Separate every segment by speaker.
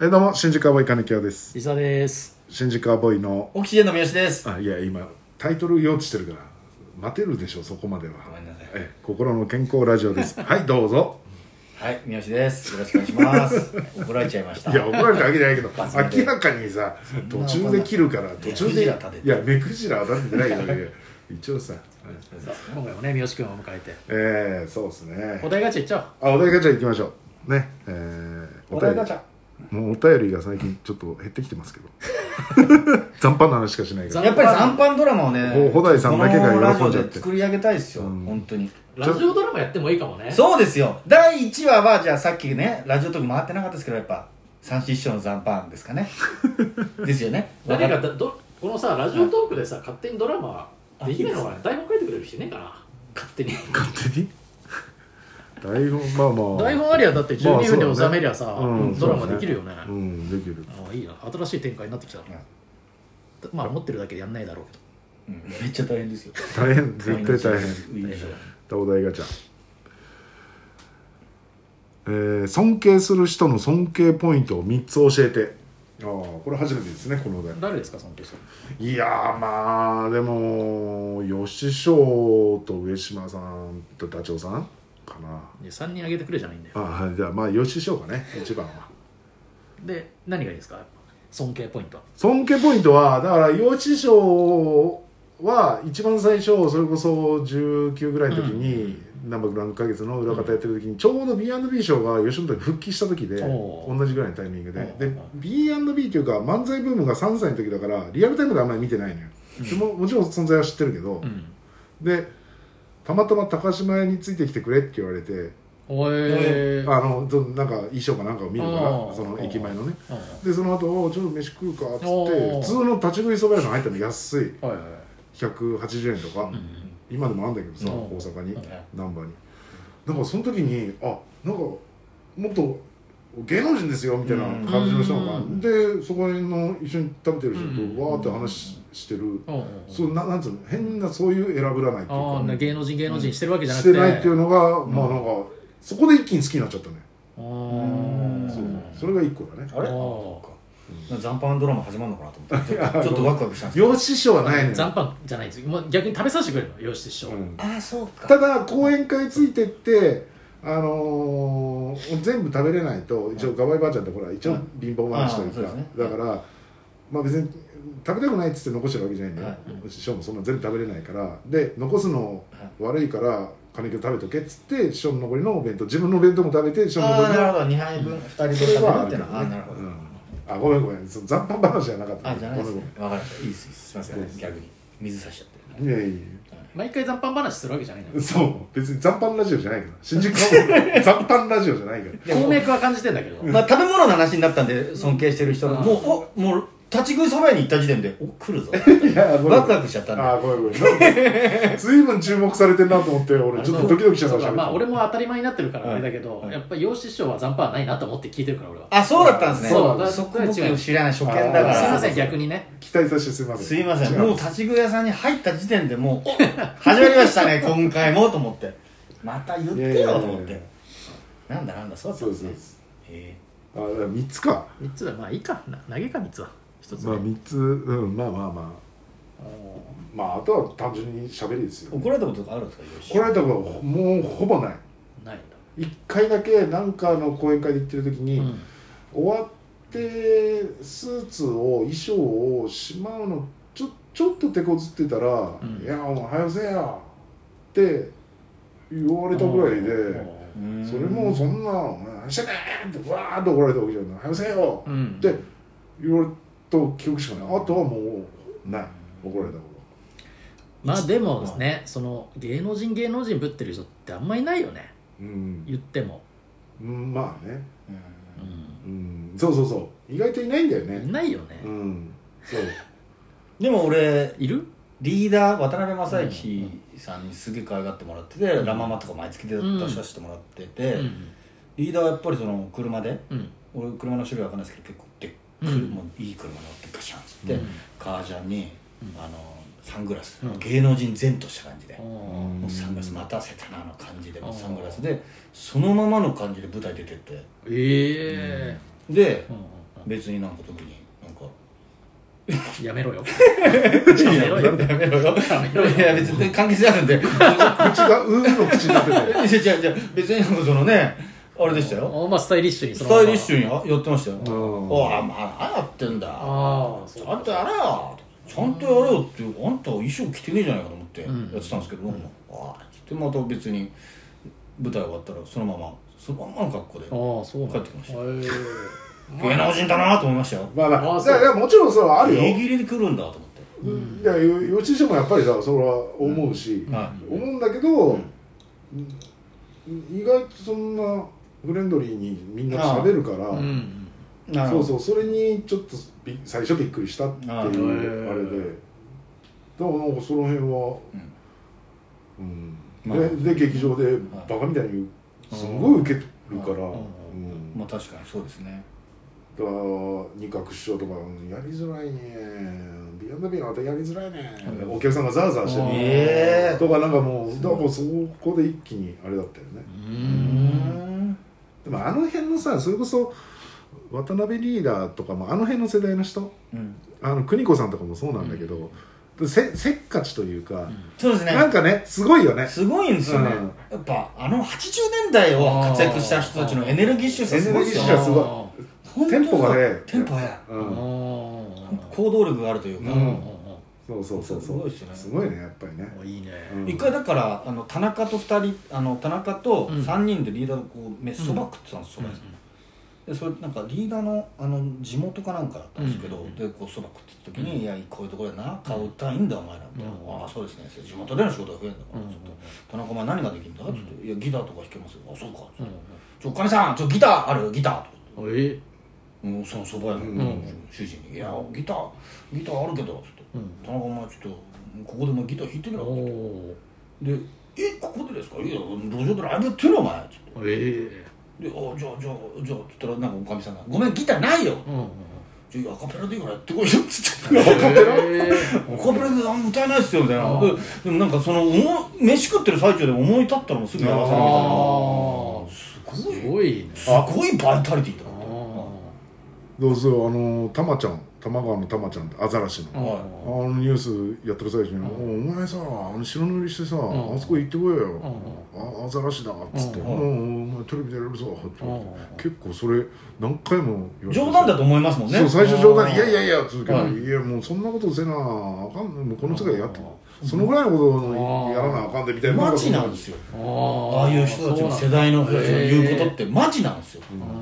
Speaker 1: えどうも新宿アボーイ金城です
Speaker 2: 伊沢です
Speaker 1: 新宿アボーイの
Speaker 2: オキシジェンの三好です
Speaker 1: あいや今タイトル用意してるから待てるでしょそこまでは
Speaker 2: ごめんなさい
Speaker 1: え心の健康ラジオですはいどうぞ
Speaker 2: はい三好ですよろしくお願いし ます怒られちゃいました
Speaker 1: いや怒られたわけじゃないけど
Speaker 2: 罰ゲーム
Speaker 1: 明らかにさ
Speaker 2: そん
Speaker 1: 途
Speaker 2: な
Speaker 1: 中で切るから途中で
Speaker 2: 目くじら立てて
Speaker 1: いや目くじらは立ててないけどいや一応さ、はい
Speaker 2: は
Speaker 3: 今回もね三好君を迎えて
Speaker 1: えー、そうですね
Speaker 3: お題ガチャいっちゃ
Speaker 1: あお題ガチャ行きましょうねえー、
Speaker 3: おうお題ガチャ
Speaker 1: もうお便りが最近ちょっと減ってきてますけど残飯の話しかしないから
Speaker 2: いやっぱり残飯ドラマをね
Speaker 1: ほほだいさんだけが喜んじゃって
Speaker 2: このラジオで作り上げたいですよ、本当に
Speaker 3: ラジオドラマやってもいいかもね
Speaker 2: そうですよ第1話はじゃあさっきねラジオトーク回ってなかったですけどやっぱ三四師匠の残飯です かねですよね
Speaker 3: 誰かだどこのさラジオトークでさ勝手にドラマできないのかな台本書いてくれる人いねえかな勝手に
Speaker 1: 勝手に台本まあまあ
Speaker 3: 台本ありゃだって
Speaker 1: まあ
Speaker 3: 12分で
Speaker 1: そうだ
Speaker 3: 収
Speaker 1: ね
Speaker 3: めりゃさ
Speaker 1: うん
Speaker 3: ドラマできるよねあ
Speaker 1: うんできる
Speaker 3: あいいな新しい展開になってきたなまあ持ってるだけでやんないだろうけ
Speaker 2: うんめっちゃ大変ですよ
Speaker 1: 大変絶対大変
Speaker 2: 変
Speaker 3: 大変
Speaker 1: お題ガチャえー、尊敬する人の尊敬ポイントを3つ教えてああこれ初めてですねこのお題
Speaker 3: ど誰ですか尊敬してる
Speaker 1: いやーまあでも吉翔と上島さんとダチョウさんかない
Speaker 3: や3人あげてくれじゃないんだよ
Speaker 1: あはいじゃあまあ吉翔がね一番は
Speaker 3: で何がいいですか尊敬ポイント
Speaker 1: 尊敬ポイントはだから幼稚賞は一番最初それこそ19ぐらいの時に、なん、ナンバーグランド花月の裏方やってる時に、ちょうど B&B 賞が吉本に復帰した時で
Speaker 3: お
Speaker 1: 同
Speaker 3: う
Speaker 1: じぐらいのタイミングで
Speaker 3: おう
Speaker 1: で B&B というか漫才ブームが3歳の時だからリアルタイムであんまり見てないのよ、でももちろん存在は知ってるけど、
Speaker 3: うん
Speaker 1: でたまたま高島屋についてきてくれって言われて、
Speaker 3: おえー
Speaker 1: あのどなんか衣装かなんかを見るか
Speaker 3: お
Speaker 1: ら
Speaker 3: う
Speaker 1: その駅前のね
Speaker 3: うん
Speaker 1: でその後おちょっと飯食うか」っつって
Speaker 3: おー
Speaker 1: 普通の立ち食いそば屋さん入ったの安い
Speaker 3: はいはいはい
Speaker 1: 180円とか、
Speaker 3: うん
Speaker 1: 今でもあんだけどさ、
Speaker 3: うん
Speaker 1: 大阪に
Speaker 3: うん
Speaker 1: 難波になんかその時にあなんかもっと芸能人ですよみたいな感じの人が、
Speaker 3: うん
Speaker 1: でそこの一緒に食べてる人
Speaker 3: うん
Speaker 1: とわーって話ししてる、
Speaker 3: うんうん
Speaker 1: そうななんつうの変なそういう選ぶらないってい
Speaker 3: ああ
Speaker 1: う
Speaker 3: 芸能人芸能人してるわけじ
Speaker 1: か
Speaker 3: ゃな
Speaker 1: し
Speaker 3: くて
Speaker 1: てないっていうのが、まあ
Speaker 3: うん
Speaker 1: なんかそこで一気に好きになっちゃったね、
Speaker 3: あ
Speaker 2: うん
Speaker 3: ー
Speaker 2: そう
Speaker 1: それが一個だね
Speaker 2: あれ
Speaker 3: あー
Speaker 2: なんか残飯ドラマ始まるのかなと思ってちょっとちょっとワクワクしたんですけど
Speaker 1: 養子師匠はないのよ
Speaker 3: 残飯じゃないですもう逆に食べさせてくれるのよしでしょ、
Speaker 1: うん
Speaker 2: ああそうか
Speaker 1: ただ講演会ついてってあのー全部食べれないと一応ガバイばあちゃんってほら一応
Speaker 2: はい
Speaker 1: 貧乏話というか、
Speaker 2: ああそうですね
Speaker 1: だから、まあ別に食べたくないっつって残してるわけじゃないんだよ、
Speaker 2: は
Speaker 1: 師匠もそんな全部食べれないからで残すの
Speaker 2: はい
Speaker 1: 悪いから金魚食べとけっつって師匠の残りのお弁当自分のお弁当も食べて師匠の
Speaker 2: ああ
Speaker 1: 残り
Speaker 2: なる
Speaker 1: の
Speaker 2: ほど2杯分2人分
Speaker 1: それ
Speaker 2: 食べ
Speaker 1: は
Speaker 2: た
Speaker 1: あ
Speaker 2: っ
Speaker 1: る
Speaker 2: て
Speaker 1: けど
Speaker 2: いうのはあーなるほど
Speaker 1: うんあごめんごめんその残飯話じゃなかった
Speaker 2: あじゃないで
Speaker 1: ご
Speaker 2: す
Speaker 1: め
Speaker 2: ね
Speaker 1: ん
Speaker 2: 分かりましたいいですいいですすいませ
Speaker 1: そうんです
Speaker 2: 逆に水差しちゃって
Speaker 1: ごめんいやいやいや
Speaker 3: 毎回残飯話するわけじゃないのよ
Speaker 1: そう別に残飯ラジオじゃないから新宿の残飯ラジオじゃないから
Speaker 3: 鉱脈は感じてんだけど、
Speaker 2: まあ、食べ物の話になったんで尊敬してる人が
Speaker 3: うん
Speaker 2: もうおもう立ち食いそば屋に行った時点でお来るぞ
Speaker 1: いやごめん
Speaker 2: ワクワクしちゃったんだ
Speaker 1: あーごめんごめんなんか随分注目されてんなと思って俺ちょっとドキドキしちゃった
Speaker 3: そうかまあ俺
Speaker 1: も
Speaker 3: も当たり前になってるからあれだけど、
Speaker 2: はい
Speaker 3: やっぱ養子師匠は残飯はないなと思って聞いてるから俺は
Speaker 2: あそうだったんですね
Speaker 3: そうだ
Speaker 2: こ僕知らない初見だか
Speaker 1: あ
Speaker 2: ら
Speaker 3: すいません
Speaker 2: そうそう
Speaker 3: 逆にね
Speaker 1: 期待させてすいません
Speaker 2: すいませ
Speaker 1: 違
Speaker 2: んもう
Speaker 1: う
Speaker 2: 立ち食い屋さんに入った時点でもうお始まりましたね今回もと思ってまた言っ
Speaker 1: いやい
Speaker 2: て
Speaker 1: やいや
Speaker 2: よと思ってなんだなんだそうだった
Speaker 1: そうん
Speaker 2: で
Speaker 1: ですす
Speaker 2: ね
Speaker 1: です
Speaker 2: へ
Speaker 1: あ3つか
Speaker 3: 3つだまあいいかな投げか3つは1つで、
Speaker 1: まあ3つうんまあまあまあまああとは単純に喋りです
Speaker 2: え
Speaker 1: よ
Speaker 2: 怒られたことがあるんですかよし
Speaker 1: これだともうほぼない
Speaker 3: ないんだ
Speaker 1: 1回だけなんかの講演会で行ってる時に、
Speaker 3: うん
Speaker 1: 終わってスーツを衣装をしまうのちょちょっと手こずってたら「
Speaker 3: ん
Speaker 1: いやお前はよせや」って言われたぐらいで。
Speaker 3: う
Speaker 2: うん
Speaker 1: それもそんな「お前何してんねん!」ってわーっと怒られたわけじゃない「早くせよ!」
Speaker 3: ん
Speaker 1: って言われた記憶しかないあとはもうない怒られたこ
Speaker 3: まあでもねその芸能人芸能人ぶってる人ってあんまいないよね
Speaker 1: とうん
Speaker 3: 言っても、
Speaker 1: うんまあね
Speaker 2: うん
Speaker 3: うん
Speaker 1: うんそうそうそう意外といないんだよ
Speaker 3: い
Speaker 1: ね
Speaker 3: ないよね、
Speaker 1: うんそう
Speaker 2: でも俺
Speaker 3: いる
Speaker 2: リーダー渡辺正行さんにすげえ可愛がってもらってて、ラ・ママとか毎月で
Speaker 3: うん
Speaker 2: 出させてもらってて、
Speaker 3: うん
Speaker 2: リーダーはやっぱりその車で
Speaker 3: うん
Speaker 2: 俺車の種類わかんないですけど結構でっく
Speaker 3: うん
Speaker 2: もういい車乗ってガシャンっつって、
Speaker 3: うん
Speaker 2: 革ジャンに、あのサングラス、
Speaker 3: うん
Speaker 2: 芸能人前とした感じで、
Speaker 3: うん
Speaker 2: もうサングラス待たせたなあの感じで、もう
Speaker 3: うん
Speaker 2: サングラスでそのままの感じで舞台出てって
Speaker 3: ええ
Speaker 2: で、
Speaker 3: うん
Speaker 2: 別になんか特になんか
Speaker 3: やめろよ
Speaker 2: い
Speaker 3: や
Speaker 2: や
Speaker 3: めろよ
Speaker 2: やめろよ
Speaker 3: やめろよ
Speaker 2: いや別に関係性あるん でい
Speaker 1: 口がうーの口になってて
Speaker 2: や違う違う別になんかそのねあれでしたよ
Speaker 3: あまあスタイリッシュに
Speaker 2: スタイリッシ
Speaker 3: ュ
Speaker 2: ュにややってましたよ
Speaker 1: うん
Speaker 2: おあまあ何やってんだ
Speaker 3: ああそ
Speaker 2: ち
Speaker 3: う
Speaker 2: ゃんとやれよちゃんとやれよってあんた衣装着てねえじゃないかと思ってやってたんですけど、ああでまた別に舞台終わったらそのままそのまんまの格好で
Speaker 3: ああそうなんだ
Speaker 2: 帰ってきました
Speaker 3: へえ
Speaker 2: 芸能人だなと思いましたよ
Speaker 1: まあま
Speaker 3: あ
Speaker 1: あ
Speaker 3: そう
Speaker 1: だからもちろんそれはあるよ
Speaker 2: ギリギリで来るんだと思って
Speaker 1: うんだからよ幼稚園生もやっぱりさそれは思うし、
Speaker 2: は
Speaker 1: 思うんだけど、
Speaker 2: ん
Speaker 1: うん意外とそんなフレンドリーにみんな喋るから、
Speaker 3: うん
Speaker 2: いなる
Speaker 1: そ
Speaker 2: ほ
Speaker 1: う
Speaker 2: ど
Speaker 1: そうそれにちょっとび最初びっくりしたっていう
Speaker 2: ああ
Speaker 1: あれでだからなんかその辺は、うん
Speaker 2: まあ
Speaker 1: でで劇場でバカみたいにすごい受けるから、
Speaker 3: ああ
Speaker 1: うん
Speaker 2: まあ確かにそうですね
Speaker 1: だから二角師匠とかやりづらいねビアンダビアンまたやりづらいねお客さんがザーザーして
Speaker 3: ああ
Speaker 1: ね
Speaker 2: え
Speaker 1: とかなんかもうだからもうそこで一気にあれだったよね
Speaker 2: うん
Speaker 1: でもあの辺のさそれこそ渡辺リーダーとかもあの辺の世代の人
Speaker 2: うん
Speaker 1: あの邦子さんとかもそうなんだけど、せせっかちというか、
Speaker 2: そうです
Speaker 1: なん
Speaker 2: ね
Speaker 1: かねすごいよね
Speaker 2: すごいんですよね、
Speaker 1: うん
Speaker 2: やっぱあの80年代を活躍した人たちのエネルギッシュさすごいですよ
Speaker 1: エネルギッシュ
Speaker 2: ね
Speaker 1: がすごい
Speaker 2: 本当
Speaker 1: テ
Speaker 2: に
Speaker 1: ンポがね
Speaker 2: テンポ早い
Speaker 1: うん
Speaker 3: ああ
Speaker 2: 行動力があるというか、
Speaker 1: うん
Speaker 3: あ
Speaker 1: そうそうそう
Speaker 2: す
Speaker 1: そ
Speaker 2: ご
Speaker 1: う
Speaker 2: いですよね
Speaker 1: すごいねやっぱりね
Speaker 3: あ、いいね
Speaker 1: うん
Speaker 2: 一回だからあの田中と二人あの田中と
Speaker 3: うん
Speaker 2: 3人でリーダーとこう飯そば食ってたんですそば屋さんでそれなんかリーダーのあの地元かなんかだったんですけ
Speaker 3: う
Speaker 2: ど、
Speaker 3: ん
Speaker 2: でこうそば食ってた時
Speaker 3: うん
Speaker 2: に「いやこういうところでな顔歌いいんだお前ら」みたいな「
Speaker 3: うん
Speaker 2: ああそうですね地元での仕事が増えるんだから」
Speaker 3: うん
Speaker 2: ちょっと「田中お前何ができるんだ?」っつって「いやギターとか弾けますよ」「あそうか」
Speaker 3: うん
Speaker 2: ちょおかみさんちょギターあるギター」とか
Speaker 3: うん
Speaker 2: 言って。
Speaker 3: うんえ
Speaker 2: うん、そのそば屋の、
Speaker 1: うん
Speaker 2: 主人に「いやギターギターあるけど」つって「
Speaker 3: うん
Speaker 2: 田中お前ちょっとここでもギター弾いてみ
Speaker 3: お
Speaker 2: ろ」
Speaker 3: お
Speaker 2: で「えここでですか?」「いや路上でライブやってるお前」つって
Speaker 3: ーええ
Speaker 2: 「であじゃあじゃあじゃあ」つったらなんかおかみさんが「ごめんギターないよ
Speaker 3: うんうん」
Speaker 2: じゃあアカペラでいいからやってこいよ」つっ
Speaker 1: ア
Speaker 2: て「
Speaker 1: カペラ
Speaker 3: ええ
Speaker 2: アカペラであんま歌えないっすよ」みたい
Speaker 3: あ
Speaker 2: なで
Speaker 3: ー
Speaker 2: でもなんかその思い飯食ってる最中で思い立ったらもうすぐやらせるみたいな
Speaker 3: あー
Speaker 2: す
Speaker 3: す
Speaker 2: ごい
Speaker 3: ごいね
Speaker 2: すごいバイタリティだ
Speaker 3: あ
Speaker 2: な
Speaker 1: どうせあのたまちゃん玉川のたまちゃんってアザラシ
Speaker 3: あ
Speaker 1: の、あのニュースやってる最中に「おお前さあの白塗りしてさ、
Speaker 3: ん
Speaker 1: あそこ行ってこいよ、
Speaker 3: う
Speaker 1: あアザラシだ」っつって「
Speaker 3: う
Speaker 1: うんん、お前テレビでやるぞ」って言われて
Speaker 3: う
Speaker 1: 結
Speaker 3: ん
Speaker 1: 構それ何回も言われて
Speaker 2: 冗談だと思いますもんね
Speaker 1: そう最初冗談いやい
Speaker 2: や
Speaker 1: やいや」っつうけど、
Speaker 3: はい
Speaker 1: いやもうそんなことせなあかんもうこの世界やってそのぐらいのことをやらなあかんでみたいな
Speaker 2: マジなんですよ
Speaker 3: あ
Speaker 2: ああいう人たちの世代の人たちの言うことってマジなんですよ
Speaker 3: うんうんうん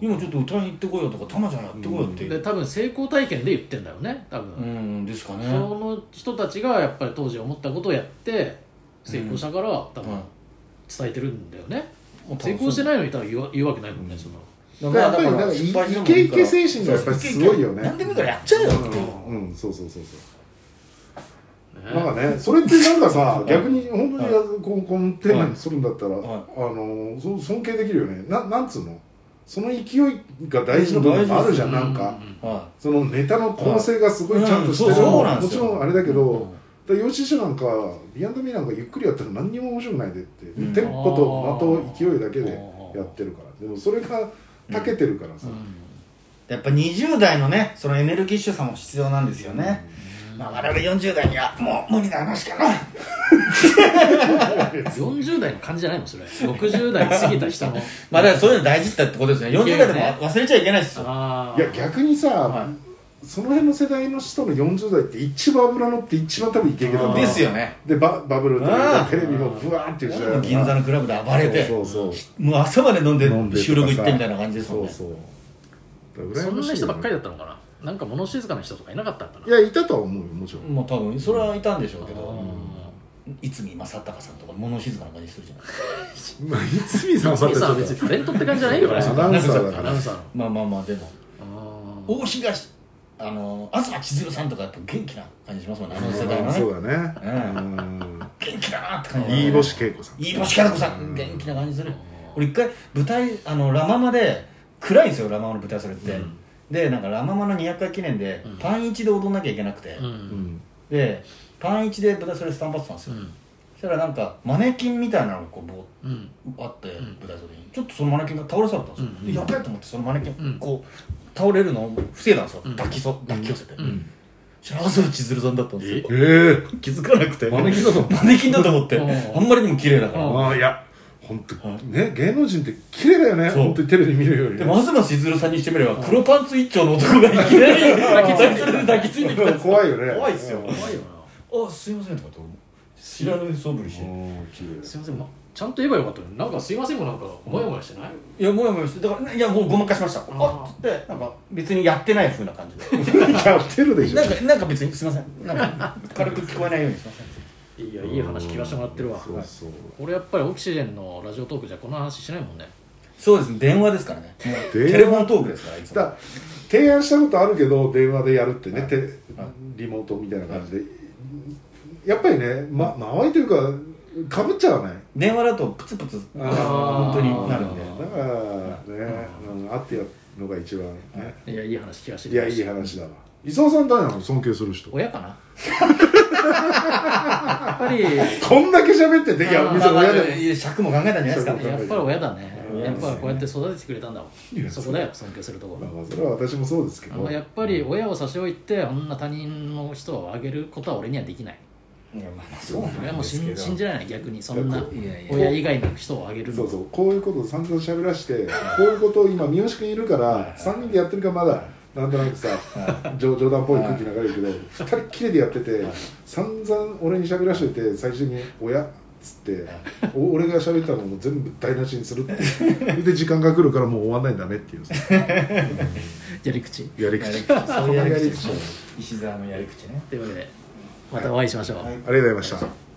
Speaker 2: 今ちょっと歌いに行ってこいよとかたまちゃんやってこいよって
Speaker 3: で多分成功体験で言ってんだよね多
Speaker 2: う
Speaker 3: 分、
Speaker 2: んですかね
Speaker 3: その人たちがやっぱり当時思ったことをやって成功したから、多分伝えてるんだよね、成功して
Speaker 2: い
Speaker 3: ないのに多分言わ言うわけないもんね、その
Speaker 2: だ
Speaker 1: やっぱりなんかイケイケ精神がやっぱりすごいよね
Speaker 2: 何でもいいからやっちゃえよっていう、
Speaker 1: うん、うん、そうそうそうそう
Speaker 3: ね
Speaker 1: なんかね、それってなんかさ 逆に本当にやこうこのテーマにするんだったら、
Speaker 2: はい
Speaker 1: あのそ尊敬できるよね。ななんつうの、その勢いが大事な部分もあるじゃん、なんか。
Speaker 2: は
Speaker 1: そのネタの構成がすごいちゃんとして
Speaker 2: うん
Speaker 1: る、
Speaker 2: そうそうなんで
Speaker 1: も
Speaker 2: す
Speaker 1: ち
Speaker 2: よ
Speaker 1: ろんあれだけ
Speaker 2: うん
Speaker 1: ど、だから吉師なんかビアンドミーなんかゆっくりやったら何にも面白くないでって、
Speaker 2: うん
Speaker 1: テンポと的と勢いだけで
Speaker 3: あー
Speaker 1: やってるからでもそれが長けてるからさ、
Speaker 2: いやっぱ20代のねそのエネルギッシュさも必要なんですよねまあ我々40代にはもう無理な話かな
Speaker 3: 40代の感じじゃないもんそれ60代過ぎた人の
Speaker 2: まあだからそういうの大事だってことですね40代でも忘れちゃいけないですよ
Speaker 3: あ
Speaker 1: いや逆にさ、
Speaker 2: は
Speaker 1: その辺の世代の人の40代って一番脂乗って一番多分イケイケだ
Speaker 3: あ
Speaker 1: も
Speaker 3: ー
Speaker 1: ん
Speaker 2: ですよね
Speaker 1: でババブルというか
Speaker 2: うん
Speaker 1: テレビもブワーっていう時代だから
Speaker 2: 銀座のクラブで暴れて
Speaker 1: そうそうそ
Speaker 2: もう朝まで飲ん
Speaker 1: 飲ん
Speaker 2: で
Speaker 1: でとかさ
Speaker 2: 収録行ってみたいな感じ
Speaker 1: う
Speaker 2: ですも
Speaker 1: そ
Speaker 2: ん
Speaker 1: う
Speaker 2: ね
Speaker 1: そうだ
Speaker 3: そ
Speaker 1: から羨
Speaker 3: ん
Speaker 1: ましいよね
Speaker 3: な人ばっかりだったのかななんか物静かな人とかいなかったのかない
Speaker 1: やいたとは思うよもちろん
Speaker 2: もう多分それはいたんでしょうけ
Speaker 3: う
Speaker 2: どいつみ正隆さんとか物静かな感じするじゃない
Speaker 1: まあ泉さんはさ
Speaker 3: ん、
Speaker 1: てち
Speaker 3: さ
Speaker 1: ょ
Speaker 3: ん
Speaker 1: っ
Speaker 3: 別に
Speaker 1: と
Speaker 3: タレントって感じじゃないよね
Speaker 1: アナウンサーだ
Speaker 3: ア
Speaker 1: か
Speaker 3: ナ
Speaker 1: ら
Speaker 3: ウンサーの
Speaker 2: まあまあまあでも
Speaker 3: あ
Speaker 2: 大東あの東千鶴さんとかやっぱ元気な感じしますもんねあの世代のね
Speaker 1: そうだね
Speaker 2: う
Speaker 1: うん
Speaker 2: 元気だなって感じ
Speaker 1: 飯星恵子さん
Speaker 2: 飯星か子さん元気な感じする俺一回舞台あのラ・ママで暗いんですよラ・ママの舞台それって、
Speaker 3: うん
Speaker 2: でなんかラ・ママの200回記念で、
Speaker 3: ん
Speaker 2: パンイチで踊んなきゃいけなくて、
Speaker 3: ー
Speaker 1: う
Speaker 3: う
Speaker 1: んん
Speaker 2: でパンイチで舞台それスタンバってたんです
Speaker 3: う
Speaker 2: よ、
Speaker 3: ん
Speaker 2: したらなんかマネキンみたいなのがこうぼ
Speaker 3: うん
Speaker 2: あって
Speaker 3: ん
Speaker 2: 舞台袖にちょっとそのマネキンが倒れそうだったんですよ、
Speaker 3: うん
Speaker 2: でやべえと思ってそのマネキ
Speaker 3: う
Speaker 2: ン
Speaker 3: ん
Speaker 2: こう倒れるのを防いだんですよ、
Speaker 3: うん
Speaker 2: 抱きそ抱き寄せて、
Speaker 3: うん
Speaker 2: 白浅千鶴さんだったんですよ
Speaker 1: ええ
Speaker 2: 気づかなくて
Speaker 1: マネキンだと思っ
Speaker 2: マネキンだと思って
Speaker 3: うん
Speaker 2: あんまりにも綺麗だから、
Speaker 3: うん
Speaker 1: ああいや本当
Speaker 2: はい
Speaker 1: ね芸能人って綺麗だよね
Speaker 2: そう
Speaker 1: 本当にテレビ見るよりね
Speaker 2: でも東千鶴さんにしてみれば黒パンツ一丁の男がいきなり抱きついて抱きついてきたんですよ
Speaker 1: 怖いよね
Speaker 2: 怖いっすよ
Speaker 1: うん
Speaker 3: 怖いよ
Speaker 2: あすいませんとかって俺も知らぬそぶりして
Speaker 1: おー綺麗
Speaker 3: なすいません、ま、ちゃんと言えばよかったのになんかすいませんもなんかモヤモヤしてない、
Speaker 2: いやもやもやしてだからいやもうごまかしました
Speaker 3: ー
Speaker 2: あっつってなんか別にやってない風な感じ で
Speaker 1: やってるでしょ
Speaker 2: なんかなんか別にすいませんなんか軽く聞こえないようにすいません
Speaker 3: いやいい話聞かせてもらってるわ
Speaker 1: そうそう
Speaker 3: 俺やっぱりオキシジェンのラジオトークじゃこの話しないもんね
Speaker 2: そうですね電話ですからねもうテレフォントークですからいつ
Speaker 1: だ
Speaker 2: も
Speaker 1: から提案したことあるけど電話でやるってね、
Speaker 2: はい
Speaker 1: てリモートみたいな感じで、やっぱりね、ま、間合いというかかぶっちゃわない
Speaker 2: 電話だとプツプツ
Speaker 1: あー
Speaker 2: 本当になるんで
Speaker 1: だからね、うん、会ってやるのが一番ね、
Speaker 3: いやいい話聞かせて
Speaker 1: いやいい話だわ伊沢さん誰なの尊敬する人
Speaker 3: 親かなやっぱり
Speaker 1: こんだけ喋ってていや
Speaker 3: あー
Speaker 1: 別
Speaker 2: まあ
Speaker 1: に
Speaker 2: まあ
Speaker 1: 親でも
Speaker 2: いや尺も考えたんじゃないですか
Speaker 1: 尺も
Speaker 3: やっぱり親だね
Speaker 1: うん
Speaker 3: やっぱりこうやって育ててくれたんだもんそこだよ尊敬するとこ
Speaker 1: まあ
Speaker 3: ろ
Speaker 1: まあそれは私もそうですけ
Speaker 3: あ
Speaker 1: ど
Speaker 3: のやっぱり親を差し置いてあんな他人の人をあげることは俺にはできない
Speaker 2: いやまあまあそうなんですけ
Speaker 3: 親
Speaker 2: ど
Speaker 3: も信信じられない逆にそん
Speaker 1: い
Speaker 3: な
Speaker 1: や
Speaker 2: いやいや
Speaker 3: 親以外の人をあげる
Speaker 1: そ
Speaker 3: の
Speaker 1: うそうこういうことを散々喋らしてこういうことを今三好君いるから3人でやってるからまだなんとなくさ冗冗談っぽい空気流れるけど2人っきりでやってて散々俺に喋らしてて最終的に「親」っつってお俺が喋ったのも全部台無しにするっていうで時間が来るからもう終わんないんだねっていうさ
Speaker 3: やり口
Speaker 1: やり
Speaker 2: やり
Speaker 1: 口
Speaker 2: 口そういうやり
Speaker 1: そう
Speaker 2: 口石沢のやり口ね
Speaker 3: というわけでまたお会いしましょう、
Speaker 1: ありがとうございました